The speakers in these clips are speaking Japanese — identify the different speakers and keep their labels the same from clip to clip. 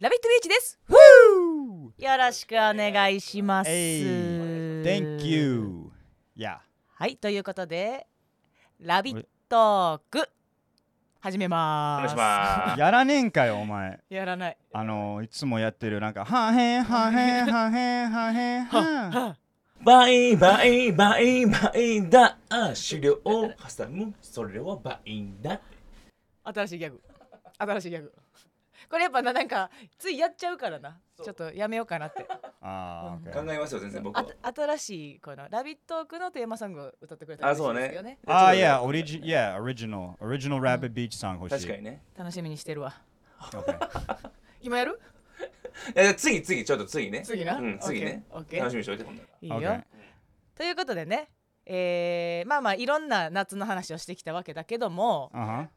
Speaker 1: ラビットビーチです。
Speaker 2: Woo!
Speaker 1: よろしくお願いします。
Speaker 2: Hey, thank you. Yeah.
Speaker 1: はい、ということで、ラビットーク、始めまー
Speaker 3: お願い
Speaker 1: す。
Speaker 3: しま
Speaker 2: やらねえんかよ、お前。
Speaker 1: やらない。
Speaker 2: あのいつもやってるなんか、はんへんはんへん はんへんはんへんはん。
Speaker 3: す。バイバイバイバイだ。資料を挟む。それはバイだ。
Speaker 1: 新しいギャグ。新しいギャグ。これやっぱな、なんか、ついやっちゃうからな。ちょっとやめようかなって。
Speaker 2: あー、
Speaker 3: 考
Speaker 2: OK
Speaker 3: えますよ、全然僕
Speaker 1: あ
Speaker 3: は。
Speaker 1: た新しい、このラビットークのテーマソングを歌ってくれたら
Speaker 3: あ、
Speaker 1: 嬉しい
Speaker 3: そ
Speaker 1: うです
Speaker 3: ね
Speaker 1: よね。。
Speaker 2: あー、いや、オリジ、いや、オリジナル、オリジナルラビットビーチさん欲しい。
Speaker 3: 確かにね。
Speaker 1: 楽しみにしてるわ。
Speaker 2: OK
Speaker 1: 今やる
Speaker 3: いや次、次、ちょっと次ね。
Speaker 1: 次な。
Speaker 3: うん、次ね。
Speaker 1: オッケー。
Speaker 3: 楽しみにしといて、今度。
Speaker 1: いいよ。
Speaker 2: OK
Speaker 1: ということでね、えーまあまあいろんな夏の話をしてきたわけだけども
Speaker 2: あはん。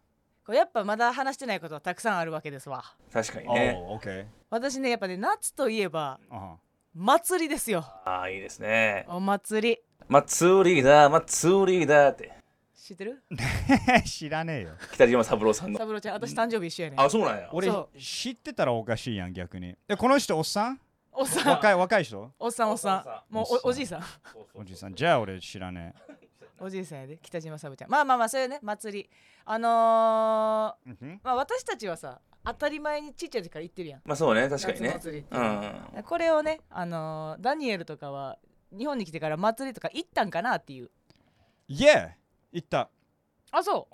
Speaker 1: こうやっぱまだ話してないことはたくさんあるわけですわ。
Speaker 3: 確かに ね。
Speaker 2: おー、OK。
Speaker 1: 私ねやっぱね夏といえば
Speaker 2: あはん。
Speaker 1: 祭りですよ
Speaker 3: ああ、いいですね。
Speaker 1: お祭り
Speaker 3: 祭りだ、祭りだって。
Speaker 1: 知ってる
Speaker 2: 知らねえよ。
Speaker 3: 北島三郎さんの。
Speaker 1: 三郎ちゃん私誕生日一緒やねん
Speaker 3: あ、そうなんや。
Speaker 2: 俺
Speaker 1: そ
Speaker 2: 知ってたらおかしいやん、逆に。で、この人、おっさん
Speaker 1: おっさん
Speaker 2: 若い、若い人
Speaker 1: おっさんおっさんもうお
Speaker 2: お
Speaker 1: お
Speaker 2: っさん
Speaker 1: じいさん
Speaker 2: おじさん。じゃあ俺知らね
Speaker 1: おじいさんやで北島三郎ちゃんまあまあまあそういうね祭りあの
Speaker 2: え。うんふん
Speaker 1: ーまあ私たちはさ当たり前にちっちゃい時から行ってるやん
Speaker 3: まあそうね、確かにね
Speaker 1: 夏祭りっ。て
Speaker 3: う。
Speaker 1: いうんこれをねあのーダニエルとかは日本に来てから祭りとか行ったんかなっていう
Speaker 2: Yeah! 行った。
Speaker 1: あそ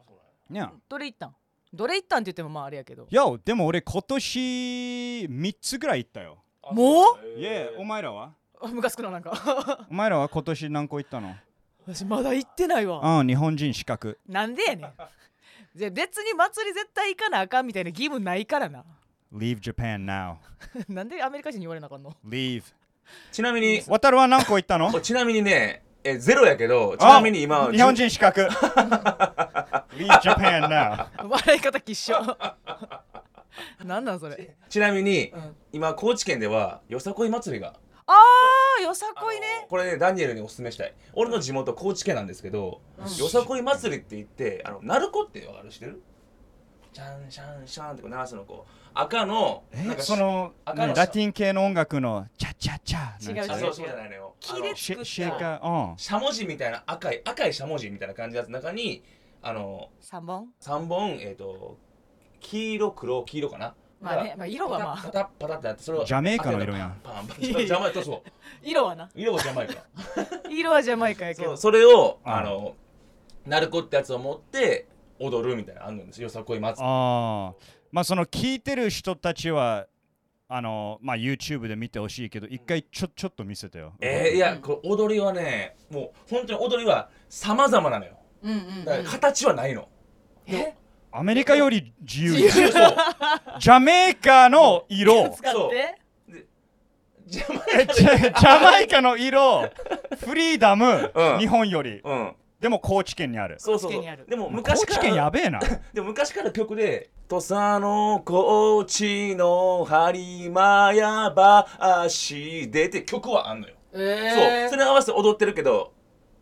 Speaker 1: う
Speaker 2: にゃん。
Speaker 1: どれ行ったんどれ行ったんって言ってもまああれやけど
Speaker 2: いや、でも俺今年3つぐらい行ったよ。
Speaker 1: もう
Speaker 2: いや、お前らは
Speaker 1: あムカつくななんか
Speaker 2: お前らは今年何個行ったの
Speaker 1: 私まだ行ってないわ
Speaker 2: ああ、日本人資格。
Speaker 1: なんでやねん じゃあ別に祭り絶対行かなあかんみたいな義務ないからな
Speaker 2: Leave Japan now.
Speaker 1: なんでアメリカ人に言われなあかんの
Speaker 2: Leave.
Speaker 3: ちなみに、
Speaker 2: 渡るは何個行ったの
Speaker 3: おちなみにね、え、ゼロやけど、ちなみに今
Speaker 2: あ、日本人資格。Leave Japan now.
Speaker 1: 笑い方きっしょ なんなんそれ
Speaker 3: ちなみに、
Speaker 1: ん
Speaker 3: 今高知県ではよさこい祭りが
Speaker 1: あーよさこいね
Speaker 3: これねダニエルにおすすめしたい俺の地元高知県なんですけど、よさこい祭りって言ってあの鳴子ってわかる知ってるシャンシャンシャンってこう鳴らすのこう赤のなん
Speaker 2: え、
Speaker 3: か
Speaker 2: その、
Speaker 3: 赤の
Speaker 2: 何ラティン系の音楽のチャチャチャ。
Speaker 1: 違う
Speaker 2: なん
Speaker 3: あ
Speaker 2: か
Speaker 3: そうそうじゃないのよ
Speaker 1: 切れ
Speaker 3: あの
Speaker 2: シェ
Speaker 1: 作
Speaker 2: シェ
Speaker 1: っ
Speaker 2: イ
Speaker 1: た
Speaker 2: カー、うん。
Speaker 3: しゃもじみたいな赤い赤いしゃもじみたいな感じのやつの中にあの
Speaker 1: 3本
Speaker 3: 3本えっ、と黄色黒黄色かな
Speaker 1: まあね、まあ、色はま
Speaker 3: パ
Speaker 1: あ
Speaker 3: タッパタってやってそれを
Speaker 2: ジャメイカの色やん
Speaker 3: パンパンパンパン邪魔やとそう
Speaker 1: 色はな
Speaker 3: 色は邪魔やか ら
Speaker 1: 色はジャマイカやけ
Speaker 3: そ
Speaker 1: ど
Speaker 3: うそれを、
Speaker 2: はい
Speaker 3: あの、ナルコってやつを持って踊るみたいなのあるんですよ。よさこい祭
Speaker 2: ああまあその聞いてる人たちはあのまあ YouTube で見てほしいけど一回ちょちょっと見せてよ
Speaker 3: り。えー、いや、これ踊りはね、もう本当に踊りは様々なのよ。
Speaker 1: うんうん、
Speaker 3: だから形はないの。
Speaker 1: え
Speaker 2: アメリカより自由
Speaker 3: そうそう。
Speaker 2: ジャメイカの色
Speaker 1: 使っ
Speaker 3: そう
Speaker 1: て
Speaker 3: 邪魔
Speaker 2: えジャジャマイカの色フリーダム、
Speaker 3: うん
Speaker 2: 日本より
Speaker 3: うん。
Speaker 2: でも高知県にある
Speaker 3: そうそ
Speaker 1: 高
Speaker 3: う
Speaker 1: 知
Speaker 3: そ
Speaker 1: 県にある
Speaker 3: う。でも昔
Speaker 2: 高
Speaker 3: か
Speaker 2: 知県や
Speaker 3: ら、
Speaker 2: べえな
Speaker 3: でも昔から曲で、土佐の高知の播磨や橋でって曲はあんのよ。そ
Speaker 1: え
Speaker 3: う、それ合わせて踊ってるけど、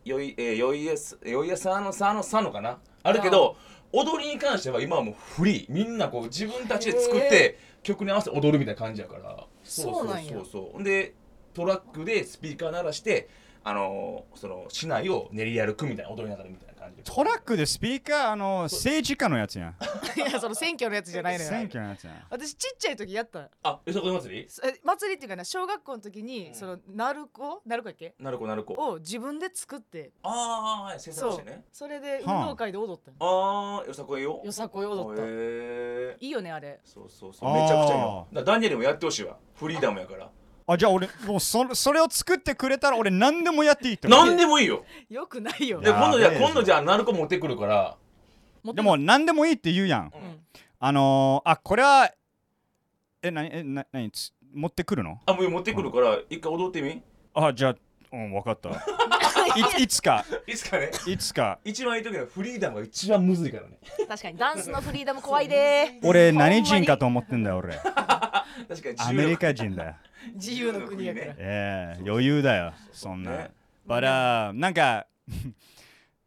Speaker 3: よい、えー、よいやす、よいやさのさのさのかなあるけど、踊りに関しては今はもうフリー。みんなこう自分たちで作って、曲に合わせて踊るみたいな感じやから。
Speaker 1: そうなんや
Speaker 3: そうそうそう。で、トラックでスピーカー鳴らして、あのー、その市内を練り歩くみたいな踊りながらみたいな感じで。
Speaker 2: トラックでスピーカーあの政治家のやつやん
Speaker 1: いやその選挙のやつじゃないのよ
Speaker 2: 選挙のやつやん
Speaker 1: 私ちっちゃい時やった
Speaker 3: あ、よさこい祭り
Speaker 1: そえ祭りっていうかな小学校の時に、その鳴子鳴子やっけ
Speaker 3: なるこなるこ。
Speaker 1: を自分で作って
Speaker 3: ああ、はい、制作
Speaker 1: そ
Speaker 3: し
Speaker 1: う
Speaker 3: てね。
Speaker 1: それで運
Speaker 2: はあ
Speaker 1: 動会で踊ったの
Speaker 3: ああ、よさこいよ。
Speaker 1: よさこい踊った、
Speaker 3: へー
Speaker 1: いいよねあれ
Speaker 3: そうそうそう。めちゃくちゃいいの
Speaker 2: あ。
Speaker 3: だからダニエルもやってほしいわ。フリーダムやから。
Speaker 2: あじゃあ俺もうそそれを作ってくれたら俺何でもやっていいってこと
Speaker 3: 何でもいいよ。
Speaker 1: よくないよ
Speaker 2: い
Speaker 3: で
Speaker 2: や
Speaker 3: 今度
Speaker 2: や
Speaker 3: じゃあ
Speaker 2: べえぞ
Speaker 3: 今度じゃあナルコ持ってくるから。
Speaker 1: 持って
Speaker 2: でも何でもいいって言うやん
Speaker 1: うん
Speaker 2: あのー、あこれはえ何えな何つ持ってくるの
Speaker 3: あもう持ってくるから一回踊ってみ。
Speaker 2: あじゃあうん分かったいいつか
Speaker 3: いつかね。
Speaker 2: いつか
Speaker 3: 一番いい時のフリーダムが一番むずいからね。
Speaker 1: 確かにダンスのフリーダム怖いで
Speaker 2: 俺何人かと思ってんだ よ俺
Speaker 3: 確かに
Speaker 2: アメリカ人だよ
Speaker 1: 自由の国やから、
Speaker 3: ね
Speaker 2: ええ余裕だよそんな
Speaker 3: ね
Speaker 2: But あなんか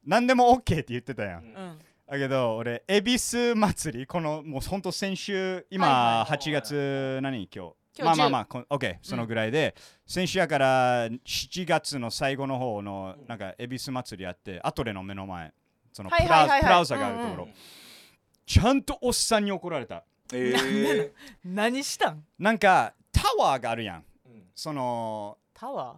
Speaker 2: 何でも OK って言ってたやん
Speaker 1: うん
Speaker 2: だけど俺恵比寿祭りこのもうほんと先週
Speaker 1: はい
Speaker 2: 今
Speaker 3: はい
Speaker 2: 8月何今日
Speaker 1: 今日
Speaker 2: まあまあ
Speaker 1: 10
Speaker 2: まあこん OK そのぐらいで、先週やから7月の最後の方のなんか恵比寿祭りやってアトレの目の前そのプ
Speaker 1: はいはいはいは
Speaker 2: ラ
Speaker 1: い
Speaker 2: プラウザがあるところ、
Speaker 3: うんうん
Speaker 2: ちゃんとおっさんに怒られた
Speaker 3: ええ
Speaker 1: 何したん
Speaker 2: なんかタワーがあるやん
Speaker 3: うん
Speaker 2: その
Speaker 1: タワー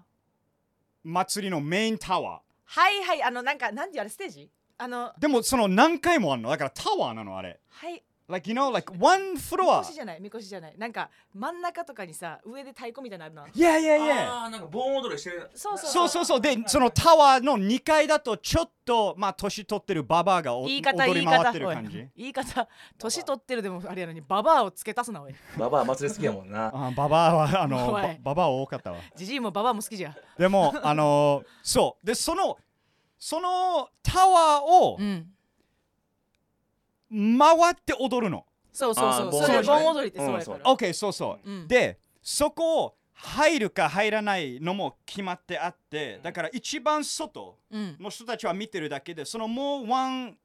Speaker 2: 祭りのメインタワ
Speaker 1: はいはいあのなんかなんていうあれステージあの
Speaker 2: ーでもその何回もあるのだからタワーなのあれ
Speaker 1: はい。
Speaker 2: like you know like one
Speaker 1: み
Speaker 2: floor
Speaker 1: こしじゃない、みこしじゃない。なんか真ん中とかにさ、上で太鼓みたいなのあるな。
Speaker 2: yeah yeah yeah
Speaker 3: ああなんか盆踊りしてる
Speaker 1: そうそう
Speaker 2: そうそうそうでそのタワーの2階だとちょっとまあ年取ってるババアがお
Speaker 1: 言い方
Speaker 2: 踊
Speaker 1: 言
Speaker 2: り
Speaker 1: い
Speaker 2: 回
Speaker 1: 方
Speaker 2: ってる
Speaker 1: おい
Speaker 2: 感じ
Speaker 1: 言い方年取ってるでもあれやのにババアを付け足すなおい
Speaker 3: ババア祭り好きやもんな
Speaker 2: あババアはあの
Speaker 1: おい
Speaker 2: ばババア多かったわ
Speaker 1: ジジイもババアも好きじゃん
Speaker 2: でもあのそうでそのそのタワーを
Speaker 1: うん
Speaker 2: 回って踊るの
Speaker 1: そうそうそ
Speaker 3: あー
Speaker 1: うそれ
Speaker 3: 盆踊りね
Speaker 1: 盆踊りってそうやか
Speaker 3: うん
Speaker 1: ら
Speaker 2: OK そうそう
Speaker 1: うん
Speaker 2: でそこを入るか入らないのも決まってあってだから一番外
Speaker 1: うん
Speaker 2: の人たちは見てるだけでそのもうワン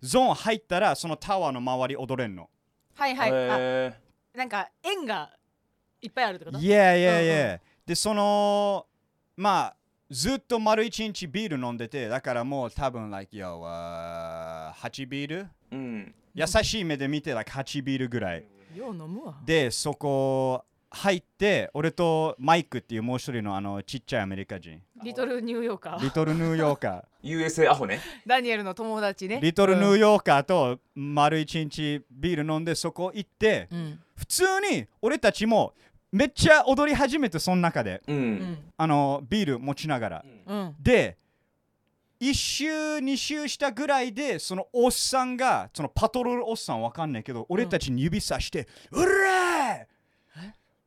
Speaker 2: ゾーン入ったらそのタワーの周り踊れんの
Speaker 1: はいはいあ
Speaker 3: え
Speaker 1: なんか縁がいっぱいあるってこと
Speaker 2: いやい
Speaker 1: うん
Speaker 2: や
Speaker 1: うん
Speaker 2: いやでそのまあずっと丸一日ビール飲んでてだからもう多分 like yo、uh, 8ビール
Speaker 3: ーうん
Speaker 2: 優しい目で見て like 8ビールぐらい
Speaker 1: よう飲むわ
Speaker 2: でそこ入って俺とマイクっていうもう一人のあのちっちゃいアメリカ人
Speaker 1: リトルニューヨーカー
Speaker 2: リトルニュ ーヨーカ
Speaker 3: USA アホね
Speaker 1: ダニエルの友達ね
Speaker 2: ーリトルニュー
Speaker 1: ヨ
Speaker 2: ヨーカーと丸一日ビール飲んでそこ行って
Speaker 1: ー
Speaker 2: 普通に俺たちもめっちゃ踊り始めてその中で
Speaker 3: う
Speaker 1: うんん
Speaker 2: あのビール持ちながら
Speaker 1: うん
Speaker 2: で1周2周したぐらいでそのおっさんがそのパトロールおっさんわかんないけど俺たちに指さして「うらー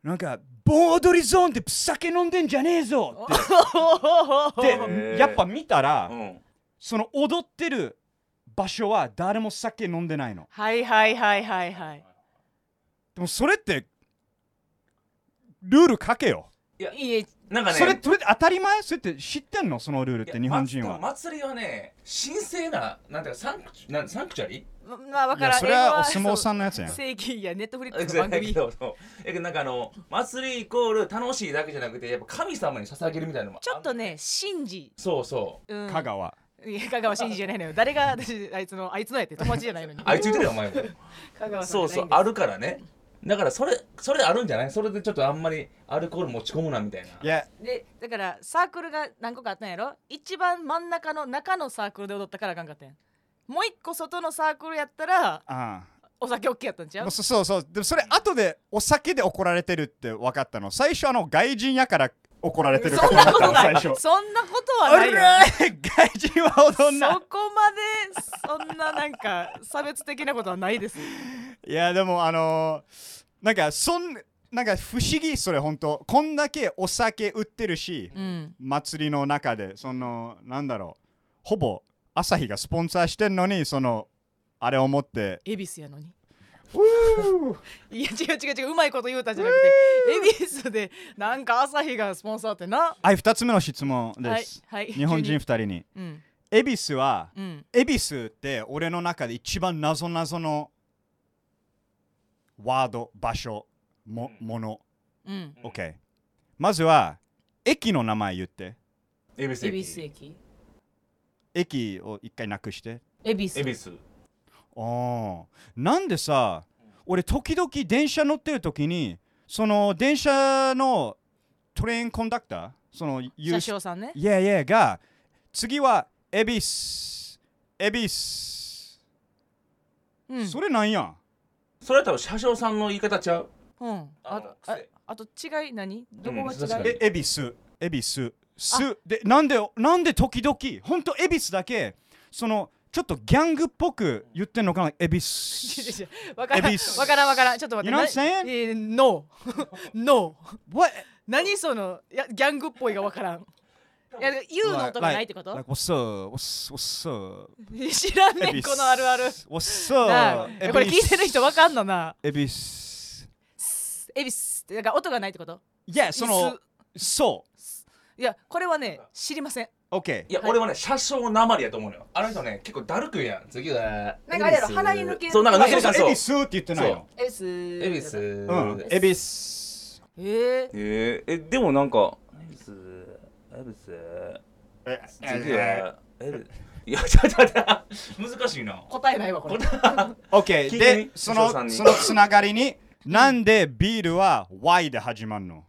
Speaker 2: なんか盆踊りゾーンで酒飲んでんじゃねえぞ!」っ
Speaker 1: で
Speaker 3: へ
Speaker 2: て
Speaker 3: ー
Speaker 2: やっぱ見たら、
Speaker 3: うん
Speaker 2: その踊ってる場所は誰も酒飲んでないの
Speaker 1: はいはいはいはいはい
Speaker 2: でもそれってルールかけよ
Speaker 1: いいえ
Speaker 3: なんかね
Speaker 2: それそれって当たり前それって知ってんのそのルールっ
Speaker 3: いや
Speaker 2: て日本人
Speaker 3: ま
Speaker 2: は
Speaker 3: でも祭りはね神聖ななんていうかサンクチュなんサンクチュアリ
Speaker 1: ままあわ
Speaker 2: い
Speaker 1: か
Speaker 2: や
Speaker 1: らん
Speaker 2: それはお
Speaker 1: 英
Speaker 2: 相
Speaker 1: 語
Speaker 2: 撲
Speaker 1: そう
Speaker 2: さんのやつやん
Speaker 1: 正義いやネットフリックスの番
Speaker 3: だけ
Speaker 1: 組
Speaker 3: どそうえけどなんかあの祭りイコール楽しいだけじゃなくてやっぱ神様に捧げるみたいなのもあ
Speaker 1: ちょっとね信じ
Speaker 3: そうそう
Speaker 1: うん
Speaker 2: 香川
Speaker 1: いや香川真司じゃないのよ誰が私あいつのあいつのやって友達じゃないのに
Speaker 3: あいつ言ってるよお 前も
Speaker 1: 香川さん
Speaker 3: そうそう
Speaker 1: あ
Speaker 3: あるからねだからそれそれあるんじゃないそれでちょっとあんまりアルコール持ち込むなみたいない
Speaker 2: や
Speaker 1: でだからサークルが何個かあったんやろ一番真ん中の中のサークルで踊ったからあかんかったんやもう一個外のサークルやったら
Speaker 2: あ
Speaker 1: お酒 OK やったんち
Speaker 2: あ
Speaker 1: ゃ
Speaker 2: も
Speaker 1: う
Speaker 2: うそそうそうでもそれ後でお酒で怒られてるって分かったの最初あの外人やから怒られてるか
Speaker 1: そ
Speaker 2: と
Speaker 1: んな
Speaker 2: 思った
Speaker 1: こ
Speaker 2: の
Speaker 1: とな
Speaker 2: 最
Speaker 1: いそ
Speaker 2: 初
Speaker 1: んなことは
Speaker 2: あ
Speaker 1: ないよ
Speaker 2: れ外人は踊んな
Speaker 1: そこまでそんななんか差別的なことはないです
Speaker 2: いやでもあのーなんかそんなんか不思議それ本当こんだけお酒売ってるし、
Speaker 1: うん
Speaker 2: 祭りの中でそのなんだろうほぼ朝日がスポンサーしてんのにそのあれを持って
Speaker 1: 恵比寿やのに
Speaker 2: うー
Speaker 1: いや違う違う違ううまいこと言うたんじゃなくて恵比寿でなんか朝日がスポンサーってな
Speaker 2: はい2つ目の質問です、
Speaker 1: はいはい
Speaker 2: 日本
Speaker 1: 急
Speaker 2: 人2
Speaker 1: に
Speaker 2: 人に
Speaker 1: うん
Speaker 2: 恵比寿は
Speaker 1: うん
Speaker 2: 恵比寿って俺の中で一番謎謎のワード場所も
Speaker 3: うん
Speaker 2: もの
Speaker 1: うん
Speaker 3: うん
Speaker 2: OK まずは駅の名前言って
Speaker 3: 恵比寿
Speaker 1: 恵比寿
Speaker 3: 駅
Speaker 1: 駅
Speaker 2: 駅を一回なくして
Speaker 1: 恵比寿
Speaker 3: 恵比寿
Speaker 2: あーなんでさ俺時々電車乗ってる時にその電車のトレインコンダクターその
Speaker 1: 車掌さんね
Speaker 2: いやいやが次は恵比寿恵比寿、
Speaker 1: うん
Speaker 2: それなんやん
Speaker 3: それは多分車掌さんの言い方ちゃう
Speaker 1: うんあ
Speaker 3: あの
Speaker 1: と
Speaker 3: 癖
Speaker 1: ああと違い何どこが違
Speaker 3: うん確
Speaker 1: う、
Speaker 3: かに
Speaker 2: え、恵比寿、恵比寿、す、で、なんで、なんで時々、本当恵比寿だけ、その、ちょっとギャングっぽく言ってんのかな、恵比寿。
Speaker 1: わから
Speaker 2: 恵
Speaker 1: ん
Speaker 2: 比寿
Speaker 1: わからんわからんちょっと待って
Speaker 2: You know what I'm
Speaker 1: なえー No No
Speaker 2: What?
Speaker 1: 何そのいやギャングっぽいがわからんいや 言うの音がないってこと
Speaker 2: like, like, ?What's up? What's, what's up?
Speaker 1: 知らんね
Speaker 2: 恵比
Speaker 1: ん
Speaker 2: 寿
Speaker 1: このあるあるなあ
Speaker 2: What's up?
Speaker 1: これ聞いてる人わかんのな
Speaker 2: 恵比寿。
Speaker 1: ス恵比寿ってなんか音がないってこと
Speaker 2: いや、その、そう。
Speaker 1: いやこれはね知りません
Speaker 2: OK
Speaker 3: いや、
Speaker 1: はい
Speaker 3: 俺はね車掌なまりやと思うのよあの人ね結構だるく言うやん次は
Speaker 1: なんかあれやろ鼻に抜け
Speaker 3: そうなんか
Speaker 2: あ
Speaker 3: 抜
Speaker 2: そう
Speaker 3: ける
Speaker 2: そ
Speaker 3: 感
Speaker 2: う
Speaker 3: じそう
Speaker 2: 恵比寿って言ってないの
Speaker 1: エビスエ
Speaker 3: 恵比寿
Speaker 2: うん恵比寿
Speaker 1: えー、
Speaker 3: えー、えでもなんか恵比寿恵比寿
Speaker 2: え
Speaker 3: 次
Speaker 2: え
Speaker 3: は恵比いやちょっと待って難しいな
Speaker 1: 答えないわこれ
Speaker 2: OK
Speaker 3: 急
Speaker 2: で
Speaker 3: に
Speaker 2: そ
Speaker 3: 師匠さん
Speaker 2: の
Speaker 3: に
Speaker 2: そのつながりになんでビールは Y で始まるの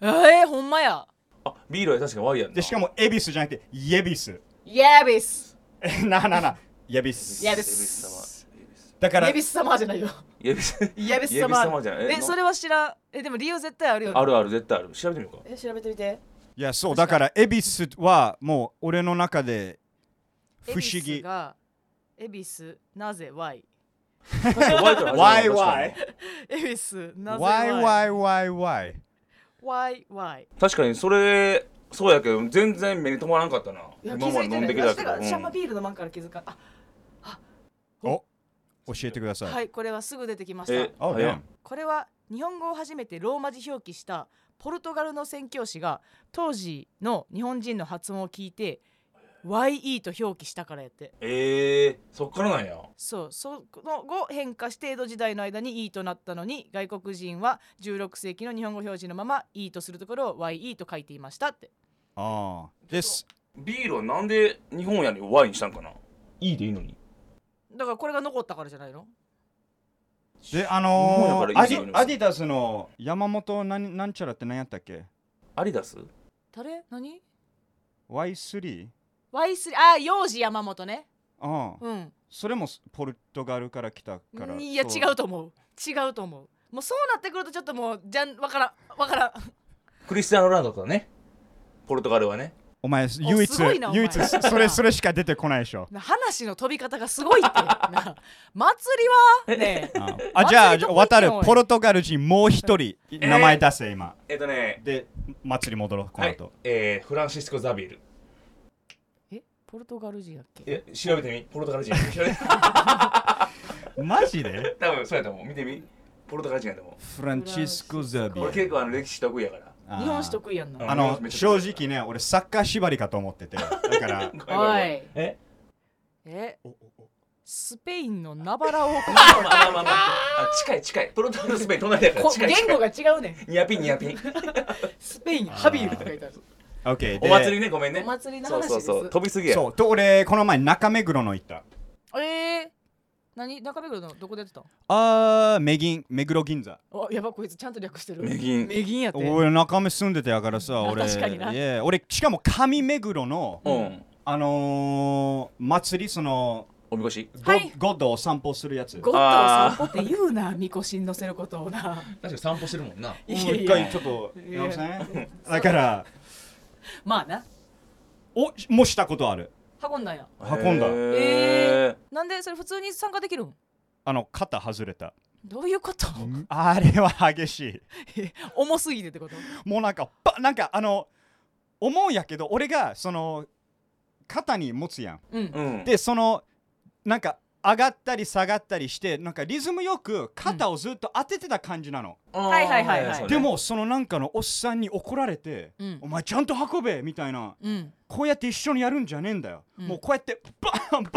Speaker 1: えー、ほんまや
Speaker 3: あビールは確かワイやんな
Speaker 2: でしかも恵比寿じゃなくてイエビス
Speaker 1: ヤビス
Speaker 2: えなあなあなあイエビス
Speaker 1: イエ
Speaker 3: 恵
Speaker 1: ビ
Speaker 3: 比
Speaker 1: ス
Speaker 3: 寿
Speaker 2: だから
Speaker 1: ヤビス様じゃないよ
Speaker 3: 様恵比寿
Speaker 1: ヤビス
Speaker 3: 恵比寿
Speaker 1: 様
Speaker 3: 様じゃない
Speaker 1: えそれは知らんえでも理由絶対あるよね
Speaker 3: あるある絶対ある調べてみよう
Speaker 1: え調べてみて
Speaker 2: いやそうだから恵比寿はもう俺の中で不思
Speaker 1: 恵比
Speaker 2: 議
Speaker 1: 寿がエビスなぜ Y
Speaker 3: かワイから始まるの確かに
Speaker 2: YY
Speaker 1: エビスなぜ Y
Speaker 2: YYYY
Speaker 1: Y Y
Speaker 3: 確かにそれそうやけど全然目に留まらんかったない
Speaker 1: や
Speaker 3: 今まで飲んでき
Speaker 1: 気づ
Speaker 3: た
Speaker 1: いてない私だ
Speaker 3: けど、
Speaker 1: からシャンパン
Speaker 3: う
Speaker 1: ビールのまんから気づかんあ
Speaker 2: お教えてください、
Speaker 1: はいこれはすぐ出てきま
Speaker 3: ん、
Speaker 1: した
Speaker 2: あ
Speaker 3: 早い
Speaker 2: ね
Speaker 1: これは日本語を初めてローマ字表記したポルトガルの宣教師が当時の日本人の発音を聞いて YE と表記したからやって
Speaker 3: ええそっからなんや
Speaker 1: そうその後変化して江戸時代の間に E となったのに外国人は16世紀の日本語表示のまま E とするところを YE と書いていましたって
Speaker 2: ああです
Speaker 3: ビールはなんで日本やにワインしたんかないいでいいのに
Speaker 1: だからこれが残ったからじゃないの
Speaker 2: であ
Speaker 3: 日
Speaker 2: の
Speaker 3: 本だか
Speaker 2: ー、
Speaker 3: ら
Speaker 2: ア
Speaker 3: いい
Speaker 2: デ
Speaker 3: よね
Speaker 2: ィアディダスの山本なんなんちゃらって何やったっけ
Speaker 3: アリダス
Speaker 1: 誰何
Speaker 2: Y3?
Speaker 1: ?Y3 あ幼児山本ね
Speaker 2: ああ
Speaker 1: うん
Speaker 2: それもポルトガルから来たから
Speaker 1: いや
Speaker 2: そ
Speaker 1: 違うと思う違うと思うもうそうなってくるとちょっともうじゃんわからんわからん
Speaker 3: クリスティアーノ・ロナウドとかねポルトガルはね
Speaker 2: お前唯一
Speaker 1: すごいなお前
Speaker 2: 唯一それそれしか出てこないでしょ
Speaker 1: な話の飛び方がすごいってな祭りはねえ
Speaker 2: ああじゃあ
Speaker 1: 祭りとこ行ってよ
Speaker 2: 渡る
Speaker 1: おい
Speaker 2: ポルトガル人もう一人
Speaker 3: ー
Speaker 2: 名前出せ今、
Speaker 3: えっとね
Speaker 2: で祭り戻ろうこ
Speaker 3: は
Speaker 2: の
Speaker 3: い
Speaker 2: 後、
Speaker 3: えー、フランシスコ・ザビール
Speaker 1: えポルトガル人だっけ
Speaker 3: え調べてみポルトガル人調べて
Speaker 2: マジで
Speaker 3: 多分そうやと思う見てみポルトガル人やと思
Speaker 2: フランチスコ・ザ
Speaker 3: う
Speaker 2: ビ
Speaker 3: 俺
Speaker 2: エ
Speaker 3: 結構あの歴史得意やから
Speaker 1: 日本史得意やんな
Speaker 2: あの
Speaker 3: めっちゃ
Speaker 2: 正直ね俺サッカー縛りかと思っててだから
Speaker 3: ごめんご
Speaker 1: お
Speaker 3: めん
Speaker 1: い
Speaker 3: え
Speaker 1: え
Speaker 2: おおお
Speaker 1: スペインのナバ ラ王国
Speaker 3: まあまあまあまあ、まあ、あ近い近いポルトガルとスペイン隣だから
Speaker 1: こ
Speaker 3: 近い
Speaker 1: 言
Speaker 3: 近い
Speaker 1: 語が違うねん
Speaker 3: ニアピンニアピン
Speaker 1: スペインハビールとか書いてある
Speaker 2: OK で
Speaker 3: お祭りねごめんね
Speaker 1: お祭りの話です
Speaker 3: そうそうそう飛びすぎや
Speaker 2: そうと俺この前中目黒の行った
Speaker 1: えー、何中目黒のどこでやってたの
Speaker 2: あー目銀目黒銀座
Speaker 1: あやばこいつちゃんと略してる
Speaker 3: メギン
Speaker 1: メギンやって
Speaker 2: 俺中目住んでてやか らさ俺
Speaker 1: 確かにない
Speaker 2: や俺しかも上目黒の
Speaker 3: うん
Speaker 2: あのー、祭りその
Speaker 3: おみこし
Speaker 2: ゴ,、
Speaker 1: はい
Speaker 2: ゴッドを散歩するやつ
Speaker 1: ゴッドを散歩って言うなみこしに乗せることをな
Speaker 3: 確か散歩してるもんない
Speaker 2: も
Speaker 1: や
Speaker 2: う
Speaker 1: い
Speaker 2: 一
Speaker 1: や
Speaker 2: 回ちょっと
Speaker 1: いや
Speaker 2: 直せんだから
Speaker 1: まあな
Speaker 2: おもうしたことある
Speaker 1: 運んだんや
Speaker 2: 運んだ
Speaker 1: えー、なんでそれ普通に参加できるん
Speaker 2: あの肩外れた
Speaker 1: どういうこと
Speaker 2: あれは激しい
Speaker 1: 重すぎてってこと
Speaker 2: もうなんかばなんかあの思うんやけど俺がその肩に持つやん
Speaker 1: うん
Speaker 3: うん
Speaker 2: でそのなんか上がったり下がったりしてなんかリズムよく肩をずっと当ててた感じなの、
Speaker 1: はいはいはいはい
Speaker 3: そうね
Speaker 2: でもそのなんかのおっさんに怒られて、
Speaker 1: うん
Speaker 2: お前ちゃんと運べみたいな
Speaker 1: うん
Speaker 2: こうやって一緒にやるんじゃねえんだよ、
Speaker 1: うん
Speaker 2: もうこうやってバンバン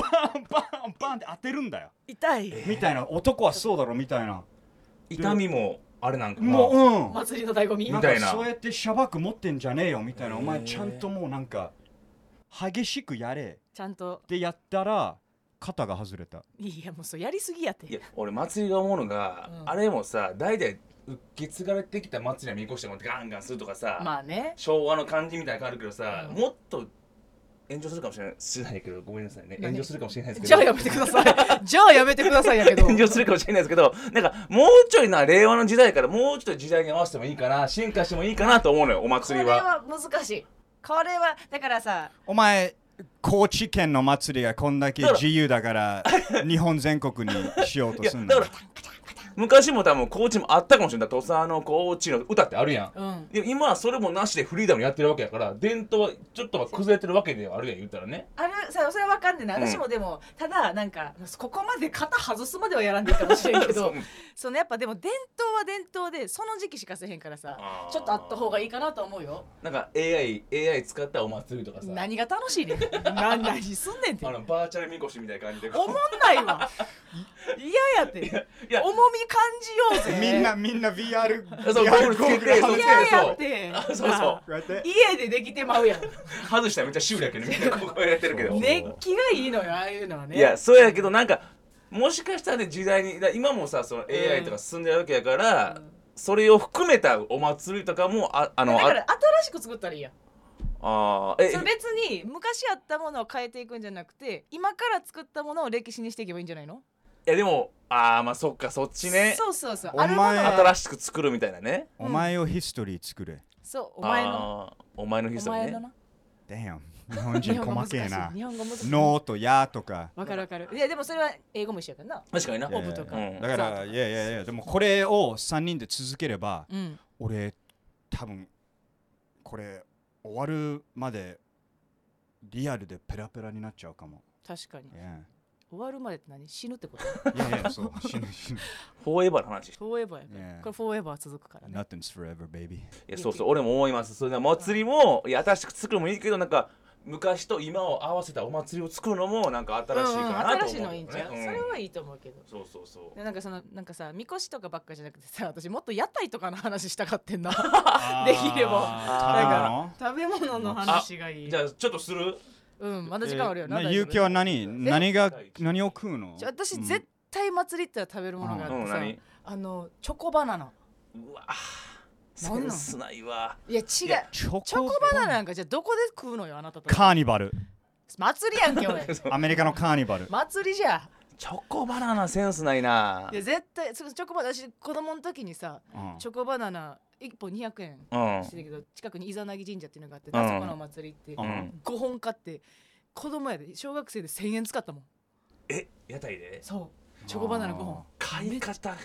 Speaker 2: バンバンって当てるんだよ
Speaker 1: 痛い
Speaker 2: みたいな男はそうだろみたいな
Speaker 3: 痛みもあれなんかな
Speaker 2: もううん
Speaker 1: 祭りの醍醐味
Speaker 3: み
Speaker 2: なん
Speaker 3: たい
Speaker 2: か
Speaker 3: な
Speaker 2: そうやってシャバく持ってんじゃねえよみたいな
Speaker 3: へー
Speaker 2: お前ちゃんともうなんか激しくやれ
Speaker 1: ちゃんと
Speaker 2: ってやったら肩が外れた
Speaker 1: いやもうそうやりすぎやって
Speaker 3: いや俺祭りが思うのが、
Speaker 1: うん
Speaker 3: あれもさ代々受け継がれてきた祭りは見越してもらってガンガンするとかさ、
Speaker 1: まあね
Speaker 3: 昭和の感じみたいなのあるけどさ、
Speaker 1: うん
Speaker 3: もっと炎上するかもしれないしないけどごめんなさいね
Speaker 1: 何
Speaker 3: 炎上するかもしれないですけど
Speaker 1: じゃあやめてくださ いじゃあやめてくださいやけど
Speaker 3: 炎上するかもしれないですけどなんかもうちょいな令和の時代からもうちょっと時代に合わせてもいいかな進化してもいいかなと思うのよお祭りは
Speaker 1: 難しいこれはだからさ
Speaker 2: お前高知県の祭りがこんだけ
Speaker 3: だから
Speaker 2: 自由だから日本全国にしようと
Speaker 3: いや
Speaker 2: すん
Speaker 3: だ
Speaker 2: の
Speaker 3: から昔も多分高知もあったかもしれない土佐の高知の歌ってあるやん
Speaker 1: うん
Speaker 3: で今はそれもなしでフリーダムやってるわけやから伝統はちょっとは崩れてるわけではあるやん言ったらね
Speaker 1: あるさそれは分かんねえな
Speaker 3: うん
Speaker 1: 私もでも、ただなんかここまで肩外すまではやらんでいいかもしれんけ
Speaker 3: そ
Speaker 1: ど
Speaker 3: う
Speaker 1: そのやっぱでも伝統は伝統でその時期しかせへんから
Speaker 3: あ
Speaker 1: さ
Speaker 3: ー
Speaker 1: ちょっとあった方がいいかなと思うよ
Speaker 3: なんか AI, AI 使ったお祭りとかさ
Speaker 1: 何が楽しいねんな何すんねんって
Speaker 3: あのバーチャルみこしみたいな感じで
Speaker 1: おもんないわ嫌やって
Speaker 3: いや
Speaker 1: 重み感じようぜ
Speaker 2: みんなみんな VR
Speaker 3: そう
Speaker 2: VR
Speaker 3: ゴーグルつけて
Speaker 2: ゴーグ
Speaker 1: 嫌
Speaker 2: ルはめ
Speaker 3: そ
Speaker 2: て
Speaker 1: やって
Speaker 3: あそうそう
Speaker 2: こうやって
Speaker 1: 家でできてまうやん
Speaker 3: 外したらめっちゃシュールやけどみんなここやってるけど、
Speaker 1: 熱気がいいのよああいうのはね
Speaker 3: いやそうやけどなんかもしかしたらね時代にだから今もさその AI とか進んでるわけやから、
Speaker 1: うん
Speaker 3: それを含めたお祭りとかもあ
Speaker 1: だ
Speaker 3: あの
Speaker 1: か
Speaker 3: あ
Speaker 1: ら新しく作ったらいいやん
Speaker 3: あーえ
Speaker 1: それ別に昔あったものを変えていくんじゃなくて今から作ったものを歴史にしていけばいいんじゃないの
Speaker 3: いやでもああまあそっかそっちね
Speaker 1: そうそうそう
Speaker 2: お
Speaker 1: あ
Speaker 2: 前
Speaker 1: るものは
Speaker 3: 新しく作るみたいなね
Speaker 2: お前をヒストリー作れ
Speaker 1: そうお前の
Speaker 3: のお前のヒス
Speaker 1: お
Speaker 3: トリ
Speaker 1: 前
Speaker 3: ー
Speaker 1: の
Speaker 3: ね
Speaker 1: な
Speaker 2: Damn 日本人細けえな
Speaker 1: 日本語難しい日本語難しい
Speaker 2: ノーとヤーとか
Speaker 1: わかるわかるいやでもそれは英語も一緒やからな
Speaker 3: 確かにない
Speaker 2: やいや
Speaker 1: オブとか
Speaker 2: だからいやいやいやでもこれを3人で続ければ
Speaker 1: うん
Speaker 2: 俺多分これ終わるまでリアルでペラペラになっちゃうかも。
Speaker 1: 確かに
Speaker 2: Yeah
Speaker 1: 終わるまでって何死ぬってこと
Speaker 2: いや いや、そう、死ぬ死ぬ。
Speaker 3: フォーエバーの話い
Speaker 1: フォーエバーやから、
Speaker 2: Yeah
Speaker 1: これフォーエバー続くからね
Speaker 2: Nothing's forever, baby。
Speaker 3: やそうそう俺も思いますそれで祭りもいや新しく作るのもいいけどなんか昔と今を合わせたお祭りを作るのもなんか新しいかなと思
Speaker 1: 新
Speaker 3: うけどね、
Speaker 1: しいのいいんちゃう、
Speaker 3: うん
Speaker 1: それはいいと思うけど
Speaker 3: そうそうそう
Speaker 1: でなんかそのなんかさみこしとかばっかじゃなくてさ私もっと屋台とかの話したかってん なできれば
Speaker 2: あ
Speaker 1: 食べ物の話がいい
Speaker 3: じゃあちょっとする
Speaker 1: うんま
Speaker 2: ー
Speaker 1: だ時間あるよな大
Speaker 2: え
Speaker 1: 丈夫
Speaker 2: ゆうきは何何が何を食うの
Speaker 1: ちょ私絶対祭りって食べるものが
Speaker 3: う
Speaker 1: あっ
Speaker 3: ん
Speaker 1: てさ、
Speaker 3: 何
Speaker 1: あのチョコバナナ
Speaker 3: うわセ
Speaker 1: なんな
Speaker 3: ン
Speaker 1: ん
Speaker 3: スないわ
Speaker 1: いや違うチ
Speaker 2: うんチョコ
Speaker 1: ョコバナナなんかじゃあどこで食うのよあなたと
Speaker 2: カーニバル。
Speaker 1: 祭りやん け俺
Speaker 2: アメリカのカーニ バル。
Speaker 1: 祭りじゃ
Speaker 3: チョコバナナセンスないない
Speaker 1: や絶対そうチョコバナナ私子供の時にさ
Speaker 2: うん
Speaker 1: チョコバナナ1本200円
Speaker 3: うん
Speaker 1: してたけど近くにイザナギ神社っていうのがあって、
Speaker 3: うん
Speaker 1: あそこのお祭りって
Speaker 2: う
Speaker 3: うん
Speaker 1: 5本買って子供やで小学生で1000円使ったもん
Speaker 3: え屋台で
Speaker 1: そうチョコバナナ5本
Speaker 3: 買い方下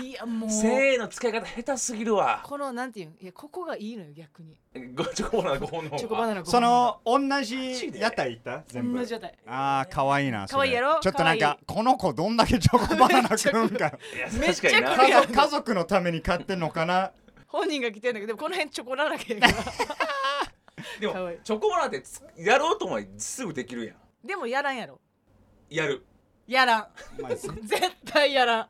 Speaker 1: いやも
Speaker 3: 手
Speaker 1: う
Speaker 3: せーの使い方下手すぎるわ
Speaker 1: このなんていうんいやここがいいのよ逆に
Speaker 3: ごチョコバナナ5本の方が
Speaker 1: チョコバナナ5本
Speaker 2: その同じ
Speaker 3: ジで
Speaker 2: 屋台行った全部
Speaker 1: 同じ。状態
Speaker 2: ああ、可愛いな。それ
Speaker 1: 可愛いやろ
Speaker 2: ちょっとなん
Speaker 1: 可愛
Speaker 2: か、この子どんだけチョコバナナ食うんか。
Speaker 3: いや
Speaker 1: めっちゃ
Speaker 3: 確かにな
Speaker 1: 来
Speaker 2: 家
Speaker 1: るやん
Speaker 2: 族家族のために買ってんのかな。
Speaker 1: 本人が来てんだけどでもこの辺チョコだらけ やから
Speaker 3: で
Speaker 1: かわ
Speaker 3: も
Speaker 1: いい
Speaker 3: チョコバナナってつやろうと思えばすぐできるやん
Speaker 1: でもやらんやろ
Speaker 3: やる
Speaker 1: やらん
Speaker 2: まあいいっす
Speaker 1: 絶対やらん
Speaker 2: あ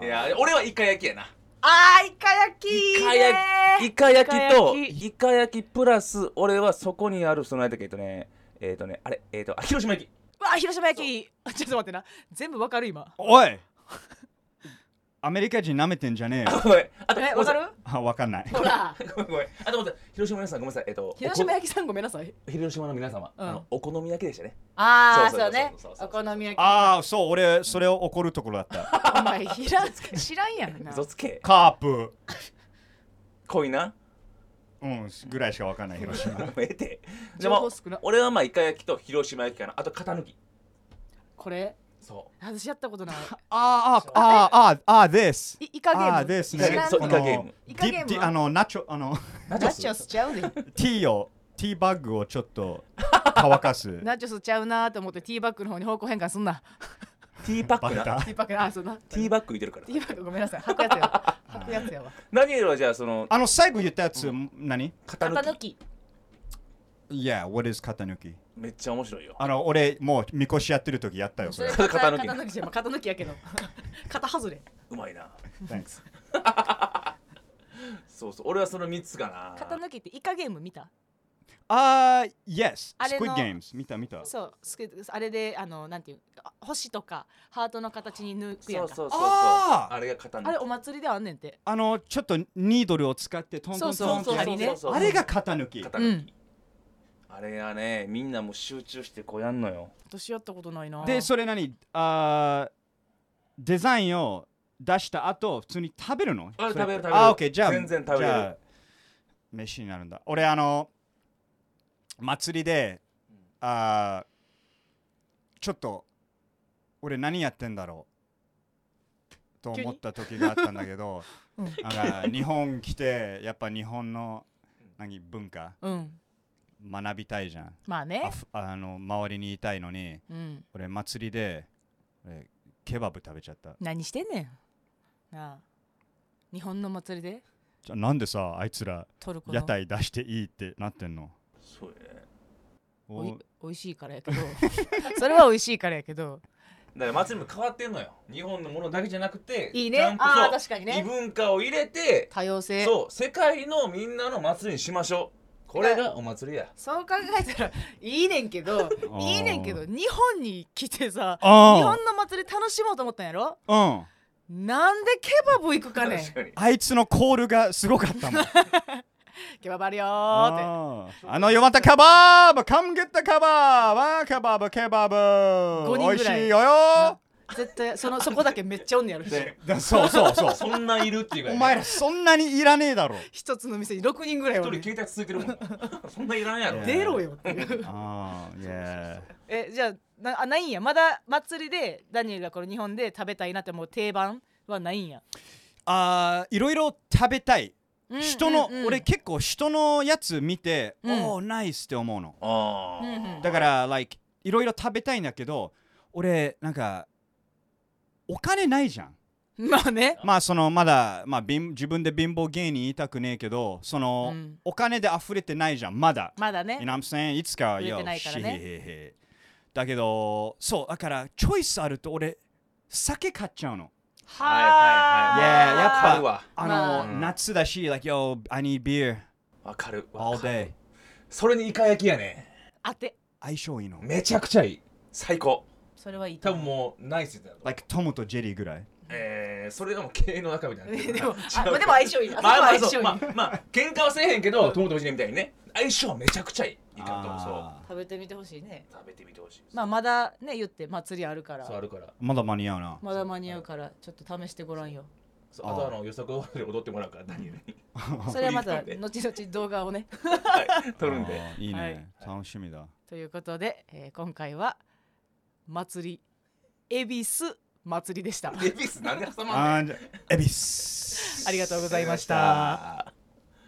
Speaker 2: ー
Speaker 3: いや俺はイカ焼きやな
Speaker 1: あーイカ焼きいい
Speaker 3: イ
Speaker 1: ね
Speaker 3: カ焼きイカ焼き
Speaker 1: イカ
Speaker 3: とイ
Speaker 1: 焼き
Speaker 3: カ焼きプラス俺はそこにあるその間だっけえっとねえっとねあれえっとあ広島焼き
Speaker 1: わ広島焼きちょっと待ってな全部わかる今
Speaker 2: おいアメリカ人舐めてんじゃねえよ
Speaker 3: あ。ごめんあと
Speaker 1: え
Speaker 3: ご
Speaker 1: わか
Speaker 3: めんなさい
Speaker 1: る
Speaker 2: あ、わかんない。
Speaker 1: ほら
Speaker 3: ごめんごめんあとごめんなさい広島の皆さんごめんなさいえっとおこ
Speaker 1: 広島焼きさんごめんなさい
Speaker 3: 広島の皆様
Speaker 1: うん
Speaker 3: あのお好み焼きでしたね
Speaker 1: ああ
Speaker 3: そうそう
Speaker 1: そうね
Speaker 3: そうそう
Speaker 1: お好み焼き
Speaker 2: ああ、そう、俺、それを怒るところだっ た。
Speaker 1: お前知らん知らんやんな
Speaker 3: 嘘つけ
Speaker 2: カープ、
Speaker 3: 濃いな
Speaker 2: うん、ぐらいしかわかんない、広島。
Speaker 3: ええ てで
Speaker 1: 情報
Speaker 3: も
Speaker 1: 少な
Speaker 3: 俺はまあイカ焼きと広島焼きかなあと肩抜き
Speaker 1: これ
Speaker 3: そ
Speaker 1: 私やったことない
Speaker 2: あーあー、あーあー、ああー、です。
Speaker 1: いイカゲーム
Speaker 2: あーです
Speaker 3: イカゲー
Speaker 2: ね
Speaker 3: ム。
Speaker 1: そう
Speaker 2: あの
Speaker 3: イカゲーム
Speaker 1: イカゲーム
Speaker 2: ディディあの、ナチョ、あの、
Speaker 3: うナ
Speaker 1: ナチョ
Speaker 3: ス
Speaker 1: スちゃうで
Speaker 2: ティーを、ティーバッグをちょっと乾か す。
Speaker 1: ナチョスちゃうなと思ってティーバックの方に方向変換すんな
Speaker 3: ティーパック
Speaker 2: バレ
Speaker 3: な
Speaker 2: た
Speaker 1: ティーバックあそうな
Speaker 3: ティーバックいてるから
Speaker 1: ティーバッグごめんなさい。履くやつやわ。履くやつやわ。
Speaker 3: 何よりはじゃあその
Speaker 2: あの、最後言ったやつ、何
Speaker 3: 肩抜き
Speaker 1: き。
Speaker 2: ?Yeah, what is 肩抜き
Speaker 3: めっちゃ面白いよ
Speaker 2: あの、俺、もう、みこしやってる時やったよ、そ
Speaker 1: それ 肩
Speaker 2: れ。
Speaker 3: 肩
Speaker 1: 抜
Speaker 3: 抜き
Speaker 1: き。肩抜きじゃんまあ肩抜きやけど。 肩外れ。
Speaker 3: うまいな
Speaker 2: Thanks.
Speaker 3: そうそう俺はその3つかな
Speaker 1: 肩抜きってイカゲーム見た？
Speaker 2: あー、Yes,
Speaker 1: あれ
Speaker 2: Squid
Speaker 1: の
Speaker 2: Games. 見た見た。
Speaker 1: そう。すけあれであのなんていうあ星とかハートの形に抜くや
Speaker 3: そ
Speaker 1: ん
Speaker 3: う
Speaker 1: か。
Speaker 3: そうそうそう
Speaker 2: あー
Speaker 3: あれが肩
Speaker 1: あれ
Speaker 3: 抜き
Speaker 1: お祭りではあんねんて。
Speaker 2: あの、ちょっとニードルを使ってトントントンって
Speaker 1: そうそうそう
Speaker 2: やる
Speaker 1: 針ね
Speaker 2: あれが肩抜き。
Speaker 3: 肩
Speaker 1: う
Speaker 3: 抜
Speaker 1: ん
Speaker 3: き。あれはねみんなもう集中してこうやんのよ
Speaker 1: 私やったことないな。
Speaker 2: で、それ何あーデザインを出した後、普通に食べるの
Speaker 3: あ食べる食べる
Speaker 2: あ、OK、じゃあ、
Speaker 3: 全然食べれる
Speaker 2: じゃあ飯になるんだ。俺、あの、祭りで、あーちょっと、俺何やってんだろう。と思った時があったんだけど、
Speaker 1: うん
Speaker 2: なんか日本来てやっぱ日本の何文化
Speaker 1: うん
Speaker 2: 学びたいじゃん
Speaker 1: まあ
Speaker 2: あ
Speaker 1: ね
Speaker 2: ふあの周りにいたいのに
Speaker 1: うん
Speaker 2: 俺祭りで俺ケバブ食べちゃった
Speaker 1: 何してんねんなあ日本の祭りで
Speaker 2: じゃなんでさあいつら
Speaker 1: トルコ
Speaker 2: 屋
Speaker 1: の
Speaker 2: 台出していいってなってんの
Speaker 3: そうやね
Speaker 1: おい
Speaker 2: お
Speaker 1: 美味しいからやけど それは美味しいからやけど
Speaker 3: だから祭りも変わってんのよ日本のものだけじゃなくて
Speaker 1: いいね
Speaker 3: ちゃんと
Speaker 1: ああ
Speaker 3: そ
Speaker 1: 確
Speaker 3: う
Speaker 1: かに
Speaker 3: 異
Speaker 1: ね
Speaker 3: 文化を入れて
Speaker 1: 多様性
Speaker 3: そう世界のみんなの祭りにしましょうこれがお祭りや
Speaker 1: そう考えたらいいねんけど
Speaker 2: ー
Speaker 1: いいねんけど日本に来てさ日
Speaker 2: あ
Speaker 1: 本の祭り楽しもうと思ったんやろ
Speaker 2: あうん
Speaker 1: なんでケバブ行くかねん
Speaker 3: 確かに
Speaker 2: あいつのコールがすごかった もん
Speaker 1: ケバブあるよ
Speaker 2: あ
Speaker 1: ーって
Speaker 2: ーあの弱ったカバーブカムゲッタカバーバーカバーブケバ
Speaker 1: 五
Speaker 2: ブ
Speaker 1: 人ぐら
Speaker 2: 美
Speaker 1: い
Speaker 2: 味しいよよ
Speaker 1: な絶対そのそこだけめっちゃおんねやろし
Speaker 3: で
Speaker 2: だそうそう そう
Speaker 3: そんないるっていうぐら
Speaker 2: お
Speaker 3: い
Speaker 2: 前らそんなにいらねえだろ
Speaker 1: 一つの店に6人ぐらい
Speaker 3: 一
Speaker 1: おんね
Speaker 3: 人
Speaker 1: ん
Speaker 3: 携帯続けるも んそんないらんやろ
Speaker 2: いや
Speaker 1: 出ろよっていう
Speaker 2: ああいや
Speaker 1: えじゃあなあないんやまだ祭りでダニエルがこの日本で食べたいなってもう定番はないんや、
Speaker 2: あーいろいろ食べたい
Speaker 1: うん
Speaker 2: 人の、
Speaker 1: うんうん
Speaker 2: 俺結構人のやつ見て、
Speaker 1: うん
Speaker 2: おおナイスって思うの
Speaker 3: あ
Speaker 1: うんうん
Speaker 3: あ
Speaker 2: だから、like いろいろ食べたいんだけど俺なんかお金ないじゃん
Speaker 1: まあね
Speaker 2: まあそのまだ、まあ、貧自分で貧乏芸人言いたくねえけどその、
Speaker 1: うん
Speaker 2: お金で溢れてないじゃんまだ
Speaker 1: まだ
Speaker 2: You
Speaker 1: ね
Speaker 2: know what I'm saying? いつか
Speaker 1: 触
Speaker 2: は
Speaker 1: れて
Speaker 2: よ
Speaker 1: ないからね
Speaker 2: しへへへだけどそうだからチョイスあると俺酒買っちゃうの
Speaker 3: はいはいはい
Speaker 2: いややっぱ
Speaker 3: わかるわ
Speaker 2: あの、
Speaker 1: まあ
Speaker 2: 夏だし like yo I need beer
Speaker 3: わかるわ
Speaker 2: all
Speaker 3: かる
Speaker 2: day
Speaker 3: それにイカ焼きやね
Speaker 1: 当て
Speaker 2: 相性いいの
Speaker 3: めちゃくちゃいい最高
Speaker 1: それはいいと
Speaker 3: 多分
Speaker 1: 思う
Speaker 3: もうナイスだと
Speaker 2: like トムとジェリーぐらい
Speaker 3: えーそれがもう経営の中みたいな
Speaker 1: でもあ
Speaker 3: 違う
Speaker 1: でも相性いいな
Speaker 3: まあ
Speaker 1: そ
Speaker 3: まあ
Speaker 1: れは相性
Speaker 3: そ
Speaker 1: いうい、
Speaker 3: まあまあ喧嘩はせえへんけど友達みたいにね相性はめちゃくちゃいいイカとそう
Speaker 2: あ
Speaker 1: 食べてみてほしいね
Speaker 3: 食べてみてほしい
Speaker 1: まあまだね言って祭りあるから
Speaker 3: そうあるから
Speaker 2: ーまだ間に合うな
Speaker 1: まだ間に合うからちょっと試してごらんよ
Speaker 3: そうあとあの予測終わりで踊ってもらうからダニエルに
Speaker 1: それはま
Speaker 3: いい
Speaker 1: た
Speaker 3: よね
Speaker 1: 後々動画をね
Speaker 3: 撮るんで
Speaker 2: あーいいね、
Speaker 3: は
Speaker 2: 楽しみだ
Speaker 1: ということで、えー今回は祭り恵比寿祭りでした
Speaker 3: エビスなんで挟まんね
Speaker 2: 아,あーじ
Speaker 3: ん
Speaker 2: ゃあエビス
Speaker 1: ありがとうございまし
Speaker 3: ありがとうご
Speaker 1: た
Speaker 3: ざいました